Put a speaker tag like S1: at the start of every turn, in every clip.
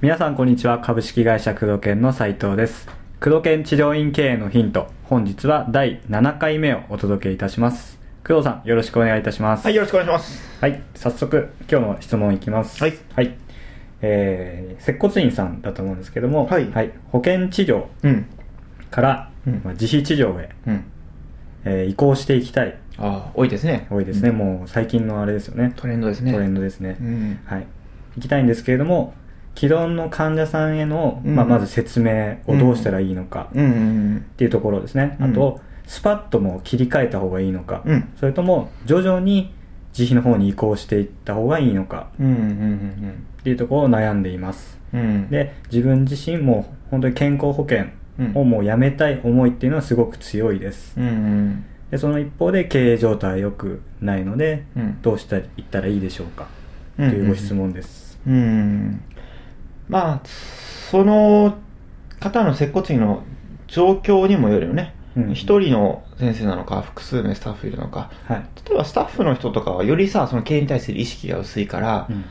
S1: 皆さんこんにちは株式会社工藤研の斉藤です工藤研治療院経営のヒント本日は第7回目をお届けいたします工藤さんよろしくお願いいたします
S2: はい、よろしくお願いします。
S1: はい、早速今日の質問いきます
S2: はい、
S1: えー接骨院さんだと思うんですけども、
S2: はい
S1: 保険治療
S2: うん。
S1: から、
S2: うん
S1: まあ、自費治療へ、
S2: うん。
S1: えー移行していきたい
S2: ああ、多いですね。
S1: 多いですね、もう最近のあれですよね
S2: トレンドですね。
S1: トレンドですね、
S2: うん。
S1: はい行きたいんですけれども既存の患者さんへの、
S2: うん
S1: まあ、まず説明をどうしたらいいのか
S2: うんうん
S1: っていうところですね、
S2: うん
S1: あとスパッとも切り替えた方がいいのか、
S2: うん。うん。
S1: それとも徐々に自費の方に移行していった方がいいのか
S2: うんうん
S1: っていうところを悩んでいます
S2: うんうん。うん、
S1: で自分自身も本当に健康保険
S2: うん
S1: をもうやめたい思いっていうのはすごく強いです
S2: うんうん。
S1: でその一方で経営状態は良くないので
S2: うん
S1: どうしていったらいいでしょうかと
S2: うん
S1: いうご質問です
S2: うん。まあ、その方の接骨院の状況にもよるよね。一、
S1: うん
S2: 人の先生なのか、複数名スタッフいるのか。
S1: はい、
S2: 例えばスタッフの人とかはよりさ、その経営に対する意識が薄いから、
S1: うん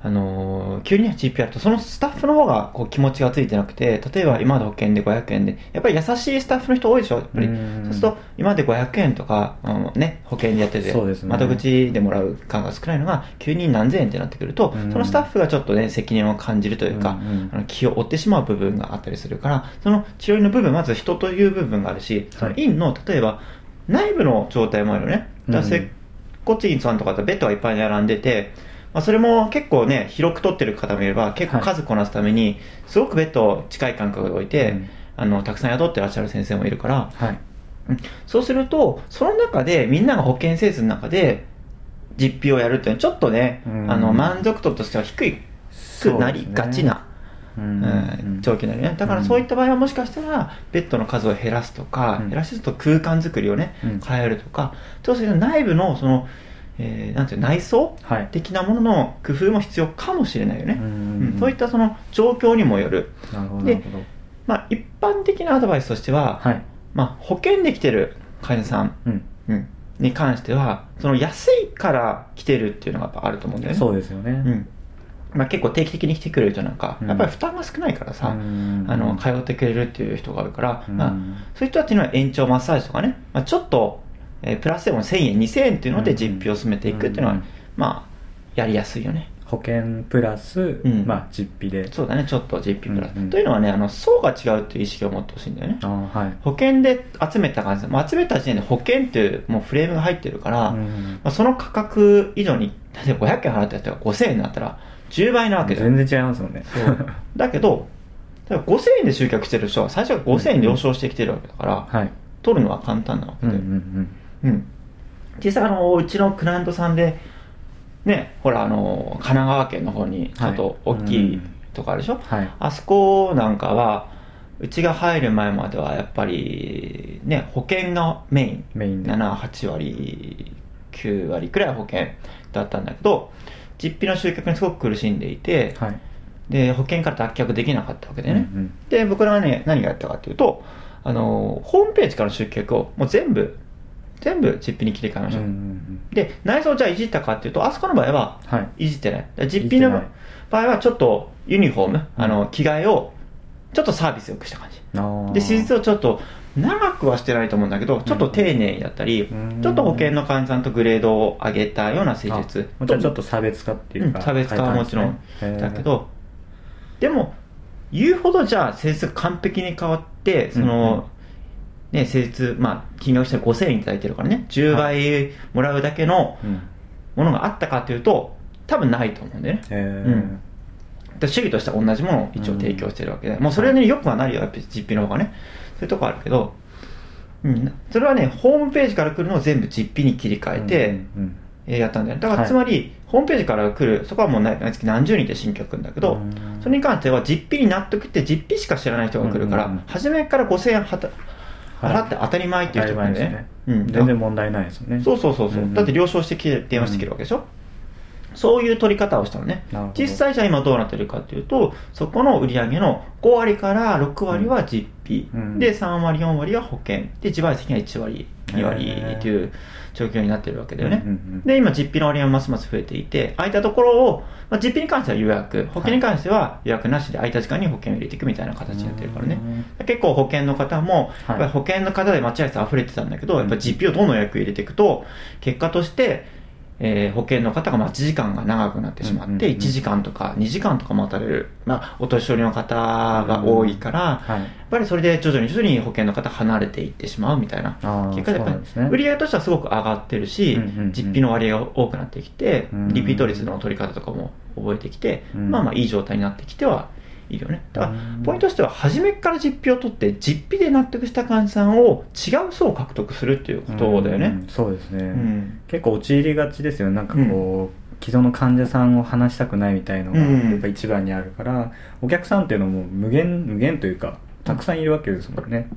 S2: あのー急に GPR とそのスタッフの方がこう気持ちがついてなくて例えば今まで保険で500円でやっぱり優しいスタッフの人多いでしょやっぱり
S1: うん
S2: そうすると今まで500円とか、うんね、保険でやってて、
S1: そうですね
S2: 窓口でもらう感が少ないのが急に何千円ってなってくると、
S1: うん
S2: そのスタッフがちょっとね責任を感じるというか、
S1: うんうん
S2: あの気を負ってしまう部分があったりするからその治療院の部分まず人という部分があるし、その院の例えば内部の状態もあるよね。だから
S1: う
S2: せ
S1: ん
S2: コチンさんとかってベッドがいっぱい並んでて、まあ、それも結構ね広く取ってる方もいれば結構数こなすために、すごくベッドを近い感覚で置いて、
S1: うん
S2: あのたくさん雇ってらっしゃる先生もいるから
S1: はい
S2: うんそうするとその中でみんなが保険施設の中で実費をやるっていうのはちょっとね、
S1: うん
S2: あの満足度としては低くなりがちな。
S1: そうですね、うん
S2: うん、長期になるねだからそういった場合はもしかしたらベッドの数を減らすとか、
S1: うん
S2: 減らすと空間作りをね、
S1: うん
S2: 変えるとかそうすると内部のその、えーなんていうの内装
S1: はい
S2: 的なものの工夫も必要かもしれないよね、
S1: ん
S2: うんそういったその状況にもよる、
S1: なるほどな
S2: で
S1: るほど
S2: まあ、一般的なアドバイスとしては、
S1: はい
S2: まあ、保険で来てる患者さん、
S1: うん
S2: うんに関してはその安いから来てるっていうのがやっぱあると思うんだよね
S1: そうですよね、
S2: うんまあ、結構定期的に来てくれる人なんか、
S1: うん
S2: やっぱり負担が少ないからさ、
S1: うん
S2: あの通ってくれるっていう人が多いから、
S1: うん
S2: まあ、そういう人たちには延長マッサージとかね、まあ、ちょっと、えープラスでも1000円2000円っていうの
S1: う
S2: で
S1: ん
S2: 実費を進めていくっていうのは、
S1: うん
S2: まあやりやすいよね
S1: 保険プラス、
S2: うん
S1: まあ実費で
S2: そうだねちょっと実費プラス、
S1: うんうん
S2: というのはねあの層が違うっていう意識を持ってほしいんだよね
S1: あーはい
S2: 保険で集めた感じで、まあ、集めた時点で保険っていうもうフレームが入ってるから、
S1: う
S2: ま
S1: ん
S2: あ、その価格以上に例えば500円払ったやつが5000円になったら10倍なわけだよ
S1: 全然違いますもんね
S2: そうだけどだから5000円で集客してる人は最初は5000円了承してきてるわけだから、
S1: はい
S2: 取るのは簡単なわ
S1: う
S2: け
S1: ん
S2: で、
S1: うんうん
S2: うん実際あのうちのクライアントさんでねほらあの神奈川県の方にちょっと大き
S1: はいい
S2: とこあるでしょ、
S1: はい
S2: あそこなんかはうちが入る前まではやっぱりね保険がメイン
S1: メインで
S2: 78割9割くらい保険だったんだけど実費の集客にすごく苦しんでいて、
S1: はい
S2: で保険から脱却できなかったわけでね、
S1: うんうん
S2: で僕らはね何がやったかというとあのホームページからの集客をもう全部全部実費に切り替えまし
S1: う
S2: ょう、
S1: んうん
S2: で内装をじゃあいじったかっていうとあそこの場合は
S1: うんはい
S2: いじってないだから
S1: じっ
S2: 実
S1: て
S2: 費
S1: ない
S2: の場合はちょっとユニフォーム、
S1: うん
S2: あの着替えをちょっとサービスよくした感じ
S1: あー
S2: で手術をちょっと長くはしてないと思うんだけどちょっと丁寧にやったり、
S1: うん
S2: ちょっと保険の患者さんとグレードを上げたような施術
S1: あもちろんちょっと差別化っていうか、
S2: うん差別化はもちろん
S1: 変えた
S2: だ
S1: んですね
S2: けど、でも言うほどじゃあ施術が完璧に変わってその、ね施術まあ金額して5000円いただいてるからね10倍もらうだけの
S1: へーうん
S2: ものがあったかというと多分ないと思うんだよね
S1: へー
S2: うんで主義としては同じものを一応提供してるわけで、もうそれによくはなるよやっぱり実費の方がねそういうとこあるけど、うん、それはねホームページから来るのを全部実費に切り替えて、
S1: うんうん
S2: えーやったんだよねだか
S1: は
S2: ら
S1: い
S2: つまり、ホームページから来るそこはもうな毎月何十人って新客来るんだけど、
S1: うん
S2: それに関しては実費に納得って実費しか知らない人が来るから、
S1: うんうんうん
S2: 初めから5000円はた
S1: はい
S2: 払って当たり前っていう人がいるんだよね,、
S1: 当たり前ですね
S2: う
S1: 全
S2: ん、
S1: 然問題ないですよね
S2: そうそうそうそう、
S1: うんうん
S2: だって了承してきて電話してきるわけでしょ、そういう取り方をしたのね
S1: なるほど
S2: 実際じゃあ今どうなってるかっていうとそこの売り上げの5割から6割は実費、
S1: うん
S2: で3割4割は保険で自賠責が1割2割っていう状況になってるわけだよね。
S1: うんうんうん
S2: で、今、実費の割合もますます増えていて、空いたところを、まあ、実費に関しては予約、保険に関しては予約なしで空いた時間に保険を入れていくみたいな形になってるからね。結構保険の方も、
S1: はい
S2: やっぱり保険の方で待合室溢れてたんだけど、
S1: うん
S2: やっぱり実費をどんどん予約入れていくと、結果として、えー保険の方が待ち時間が長くなってしまって、
S1: うんうんうん
S2: 1時間とか2時間とか待たれる、まあ、お年寄りの方が多いから、
S1: はい
S2: やっぱりそれで徐々に徐々に保険の方離れていってしまうみたいな
S1: ああ
S2: 結果やっ
S1: そう
S2: ぱ
S1: なんですね
S2: り売り上げとしてはすごく上がってるし、
S1: うんうんうん
S2: 実費の割合が多くなってきて、
S1: うん
S2: リピート率の取り方とかも覚えてきて、
S1: うん
S2: まあまあいい状態になってきてはいるよねだから
S1: うん
S2: ポイントとしては初めから実費を取って実費で納得した患者さんを違う層を獲得するっていうことだよ
S1: うんう
S2: ね
S1: んそうですね、
S2: うん
S1: 結構陥りがちですよなんかこう、既存の患者さんを話したくないみたいのが
S2: うん
S1: やっぱ一番にあるから、お客さんっていうのも無限無限というかたくさんいるわけですもんね、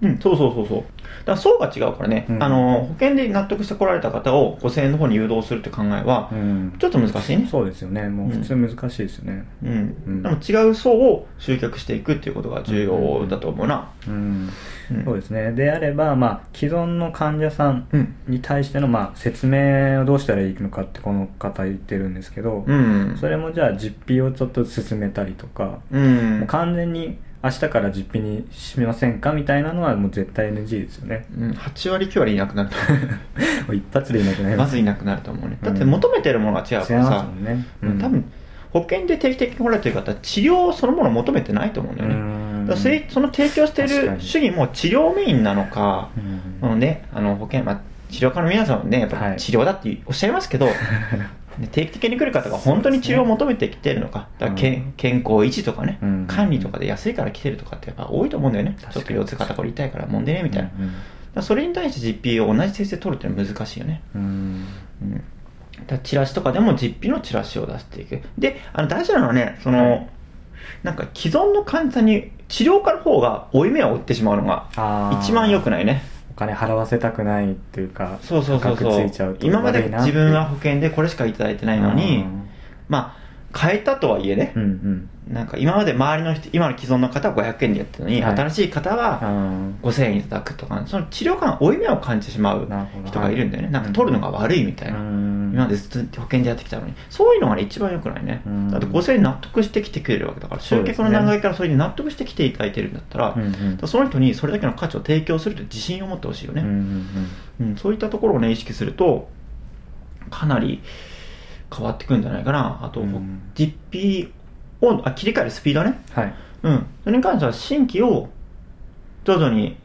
S2: うんそうそうそうそうだから層が違うからね、
S1: うん
S2: あの保険で納得してこられた方を5000円の方に誘導するって考えは
S1: うん
S2: ちょっと難しいね
S1: そうですよねもう普通難しいですよね
S2: うん、
S1: うん
S2: でも違う層を集客していくっていうことが重要だと思うな、
S1: うん、
S2: うん
S1: そうですねであれば、まあ、既存の患者さん
S2: うん
S1: に対しての、まあ、説明をどうしたらいいのかってこの方言ってるんですけど、
S2: うん
S1: それもじゃあ実費をちょっと進めたりとか、
S2: うん
S1: もう完全に明日から実費にしませんかみたいなのはもう絶対 NG ですよね
S2: うん8割9割いなくなると
S1: もう一発でいなくな
S2: 思
S1: り
S2: うま
S1: ま
S2: ず
S1: す
S2: いなくなると思うね
S1: うん
S2: だって求めてるものが違うか
S1: 違いま
S2: ら
S1: す
S2: さ
S1: も、んね、
S2: 多分保険で定期的に来られてる方は治療そのものを求めてないと思うんだよね、だからせいその提供してい
S1: 確か
S2: る
S1: に
S2: 主義も治療メインなのか、
S1: うん
S2: あのね、あの保険、まあ、治療家の皆さんもね、やっ
S1: は
S2: ぱ
S1: い
S2: 治療だっておっしゃいますけど、ね定期的に来る方が本当に治療を求めてきてるのか、だからけん
S1: うん
S2: 健康維持とかね、
S1: うん
S2: 管理とかで安いから来てるとかってやっぱ多いと思うんだよね、
S1: 確
S2: ち
S1: かに
S2: ょっと腰痛肩こり痛いからもんでねみたいな、だ
S1: う
S2: か
S1: ん
S2: らそれに対して実費を同じ先生で取るっていうのは難しいよね。
S1: うん
S2: うんだからチラシとかでも実費のチラシを出していくであの大事なのはねその、
S1: はい
S2: なんか既存の患者さんに治療家の方が負い目を負ってしまうのが
S1: あー
S2: 一番良くないね
S1: お金払わせたくないっていうか
S2: そうそうそう
S1: 価
S2: そ
S1: 格
S2: う
S1: ついちゃうと
S2: 今まで
S1: 悪いなって
S2: 自分は保険でこれしかいただいてないのにまあ変えたとはいえね
S1: うんうん
S2: なんか今まで周りの人今の既存の方は500円でやってるのに、
S1: はい
S2: 新しい方
S1: あ
S2: は
S1: ー
S2: 5000円いただくとかその治療官負い目を感じてしまう
S1: なるほど
S2: 人がいるんだよねなんか取るのが悪いみたいな、
S1: うん
S2: 今までずっと保険でやってきたのにそういうのが、ね、一番良くないね、
S1: うん
S2: だって5000円納得してきてくれるわけだから
S1: そう
S2: 集
S1: です
S2: 客
S1: ね
S2: の段階からそれに納得してきていただいてるんだったら,、
S1: うんうん
S2: その人にそれだけの価値を提供するという自信を持ってほしいよね、
S1: うんうん
S2: うん、そういったところをね意識するとかなり変わってくるんじゃないかなあと、
S1: うん
S2: 実費をあ切り替えるスピードね
S1: うんはい
S2: うんそれに関しては新規を徐々に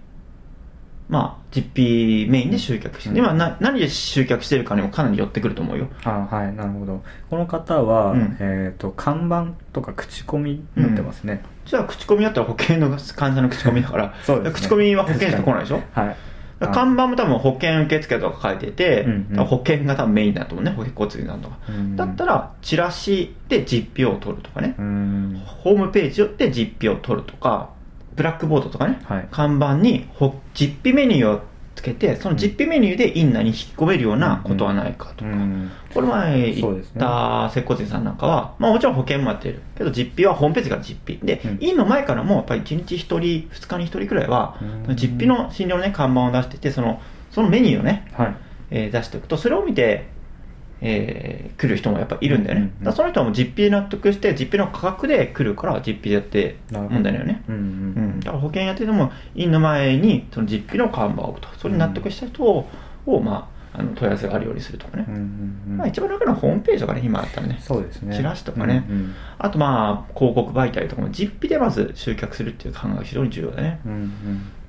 S2: まあ実費メインで集客して、
S1: うん
S2: 今な何で集客してるかにもかなり寄ってくると思うよ
S1: あはいなるほどこの方は、
S2: うん
S1: えっ、と看板とか口コミになってますね、
S2: じゃあ口コミだったら保険の患者の口コミだから
S1: そうですね
S2: 口コミは保険しか来ないでしょ
S1: はい
S2: だから看板も多分保険受付とか書いてて、
S1: うんうん
S2: 多分保険が多分メインだと思うね保険交通なんとか、
S1: うん
S2: だったらチラシで実費を取るとかね
S1: う、ん
S2: ホームページで実費を取るとかブラックボードとかね、
S1: はい
S2: 看板にほ実費メニューをつけてその実費メニューで院内に引き込めるようなことはないかとか、
S1: うん
S2: これ前
S1: そう
S2: 行
S1: で
S2: っ
S1: すね
S2: た接骨院さんなんかは、まあ、もちろん保険もやってるけど実費はホームページから実費で、
S1: うん
S2: 院の前からもやっぱり1日1人2日に1人くらいは
S1: うん
S2: 実費の診療の、ね、看板を出しててそのそのメニューをね、
S1: はい
S2: えー出しておくとそれを見て、えー来る人もやっぱいるんだよね、
S1: うんうんうん
S2: だからその人はもう実費で納得して実費の価格で来るから実費でやって
S1: なるほど
S2: 問題だよね
S1: うん
S2: う
S1: うん
S2: ん、だから保険やってても院の前にその実費の看板を置くとそれに納得した人を、をまあ、あの問い合わせがあるようにするとかね、
S1: うんうんうん
S2: まあ、一番楽なのはホームページとかね、今あったらね。
S1: そうですね
S2: チラシとかね
S1: うん
S2: あとまあ、広告媒体とかも実費でまず集客するっていう考えが非常に重要だね。
S1: うん、うん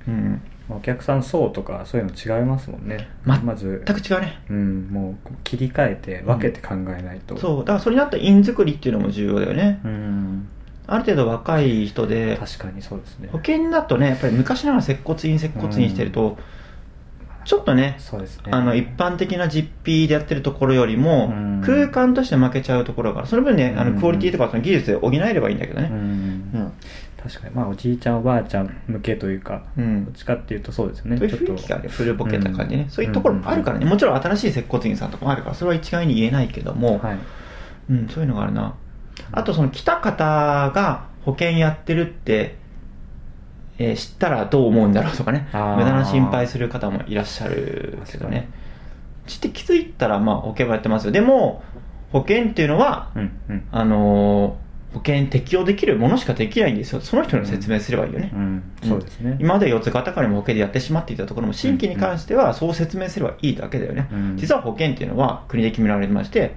S1: うん
S2: うん。
S1: まあお客さん層とかそういうの違いますもんね
S2: ま
S1: まず、
S2: 全く違うね。
S1: うん、もう切り替えて分けて考えないと、
S2: そう。だからそれにあった院作りっていうのも重要だよね。
S1: うん
S2: ある程度若い人で、
S1: 確かにそうですね
S2: 保険だとね、やっぱり昔ながら接骨院、接骨院してると、ちょっとね、
S1: そうですね
S2: あの一般的な実費でやってるところよりも
S1: うん
S2: 空間として負けちゃうところがあるその分ねあ
S1: う
S2: の
S1: ん
S2: クオリティとかその技術で補えればいいんだけど
S1: う
S2: ね
S1: ん
S2: うん、
S1: 確かにまあおじいちゃんおばあちゃん向けというか、
S2: うん
S1: どっちかっていうとそうですよね
S2: そうい
S1: ち
S2: う
S1: ょっと
S2: 雰囲気がある古ぼけた感じね、
S1: うん
S2: そういうところもあるからね、もちろん新しい接骨院さんとかもあるから、それは一概に言えないけども、
S1: はい
S2: うん、そういうのがあるな。あと、その来た方が保険やってるって、えー知ったらどう思うんだろうとかね、
S1: あー
S2: 無駄な心配する方もいらっしゃるけどね。して気づいたら、まあ、保険はやってますよ。でも、保険っていうのは、
S1: うんうん
S2: あのー保険適用できるものしかできないんですよ。その人に説明すればいいよね。
S1: うんそうですね、
S2: 今まで四つ肩からも保険でやってしまっていたところも、新規に関してはそう説明すればいいだけだよね。
S1: うん
S2: 実は保険っていうのは国で決められてまして、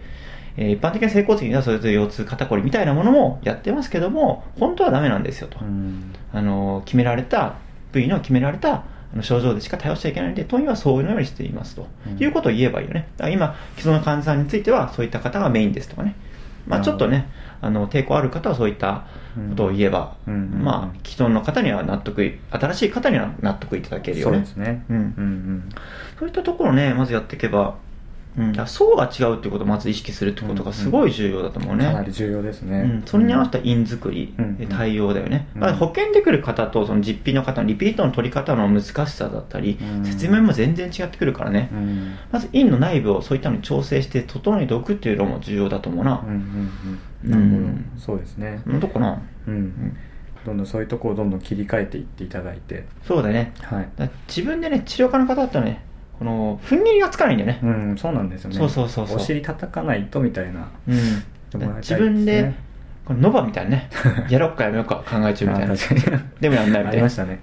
S2: えー一般的な成功的にはそれぞれ腰痛肩こりみたいなものもやってますけども本当はダメなんですよと、
S1: うん
S2: あの決められた部位の決められたあの症状でしか対応しちゃいけないので当院はそういうのようにしていますと、
S1: うん
S2: いうことを言えばいいよねだから今既存の患者さんについてはそういった方がメインですとかねまあ
S1: な
S2: ち
S1: る
S2: ょっ
S1: ほど
S2: とねあの抵抗ある方はそういったことを言えば、
S1: うんうん
S2: まあ既存の方には納得い新しい方には納得いただけるよ
S1: そう
S2: ね
S1: ですね
S2: うん
S1: うんうん
S2: そういったところをねまずやっていけば、うん、だから層が違うっていうことをまず意識するってことがすごい重要だと思うね、
S1: かなり重要ですね、
S2: うん、それに合わせた因作り、
S1: うん
S2: で対応だよね、
S1: うん
S2: だから保険で来る方とその実費の方のリピートの取り方の難しさだったり、
S1: うん
S2: 説明も全然違ってくるからね、
S1: うんうん
S2: まず因の内部をそういったのに調整して整えておくっていうのも重要だと思うな、
S1: うんうん
S2: う
S1: なんるほど、そうですね
S2: うん、どこかな、
S1: うん、
S2: うん、
S1: どんどんそういうとこをどんどん切り替えていっていただいて
S2: そうだね
S1: はい
S2: だから自分でね治療家の方だったらねこの踏ん切りがつかないんだよね、
S1: うんそうなんですよね
S2: そうそうそうそう
S1: お尻叩かないとみたいな
S2: うん、だから自
S1: でもやりたいですね
S2: 分でこのノバみたいな ねやろっかやめようか考え中みたいな
S1: あ確かに
S2: でもやんないみ
S1: あ
S2: た
S1: り
S2: い
S1: ま
S2: な
S1: したね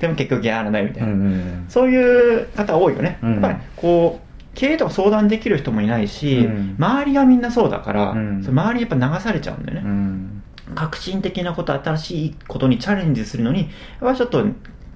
S2: でも結局やらないみた い
S1: うん
S2: な、
S1: うんうん
S2: そういう方多いよね、
S1: うん
S2: やっぱりこう経営とか相談できる人もいないし、
S1: うん
S2: 周りがみんなそうだから、
S1: うん
S2: それ周りやっぱ流されちゃうんだよ
S1: う
S2: ね、
S1: ん
S2: 革新的なこと新しいことにチャレンジするのにやっぱりちょっと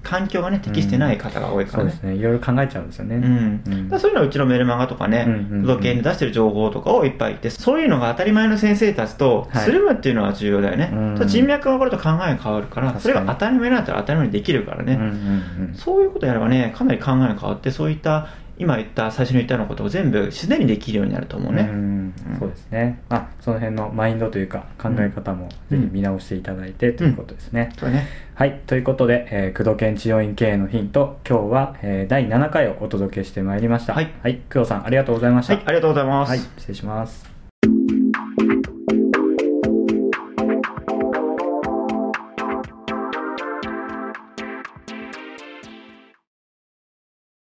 S2: 環境がね適してない方が多いか
S1: そ
S2: ら
S1: う
S2: ね、
S1: ですねいろいろ考えちゃうんですよね、
S2: うん
S1: う
S2: だ
S1: ん
S2: からそういうのはうちのメルマガとかね、
S1: うんうんうん
S2: 不動系で出してる情報とかをいっぱい言って、そういうのが当たり前の先生たちと
S1: はい
S2: つるむっていうのは重要だよね、
S1: うん
S2: そう人脈が分かると考えが変わるか
S1: 確
S2: ら、
S1: かに
S2: それが当たり前なんだったら当たり前にできるからね、
S1: うんうん
S2: そういうことやればね、かなり考えが変わって、そういった今言った、最初に言ったようなことを全部自然にできるようになると思
S1: う
S2: うんね。
S1: うんそうですねあその辺のマインドというか考え方もぜひ見直していただいてということですね、
S2: そうね
S1: はい。ということで、えー、工藤県治療院経営のヒント、今日は、えー第7回をお届けしてまいりました。
S2: はい
S1: はい。工藤さん、ありがとうございまし
S2: は
S1: た。
S2: い、ありがとうございます。
S1: はい。失礼します。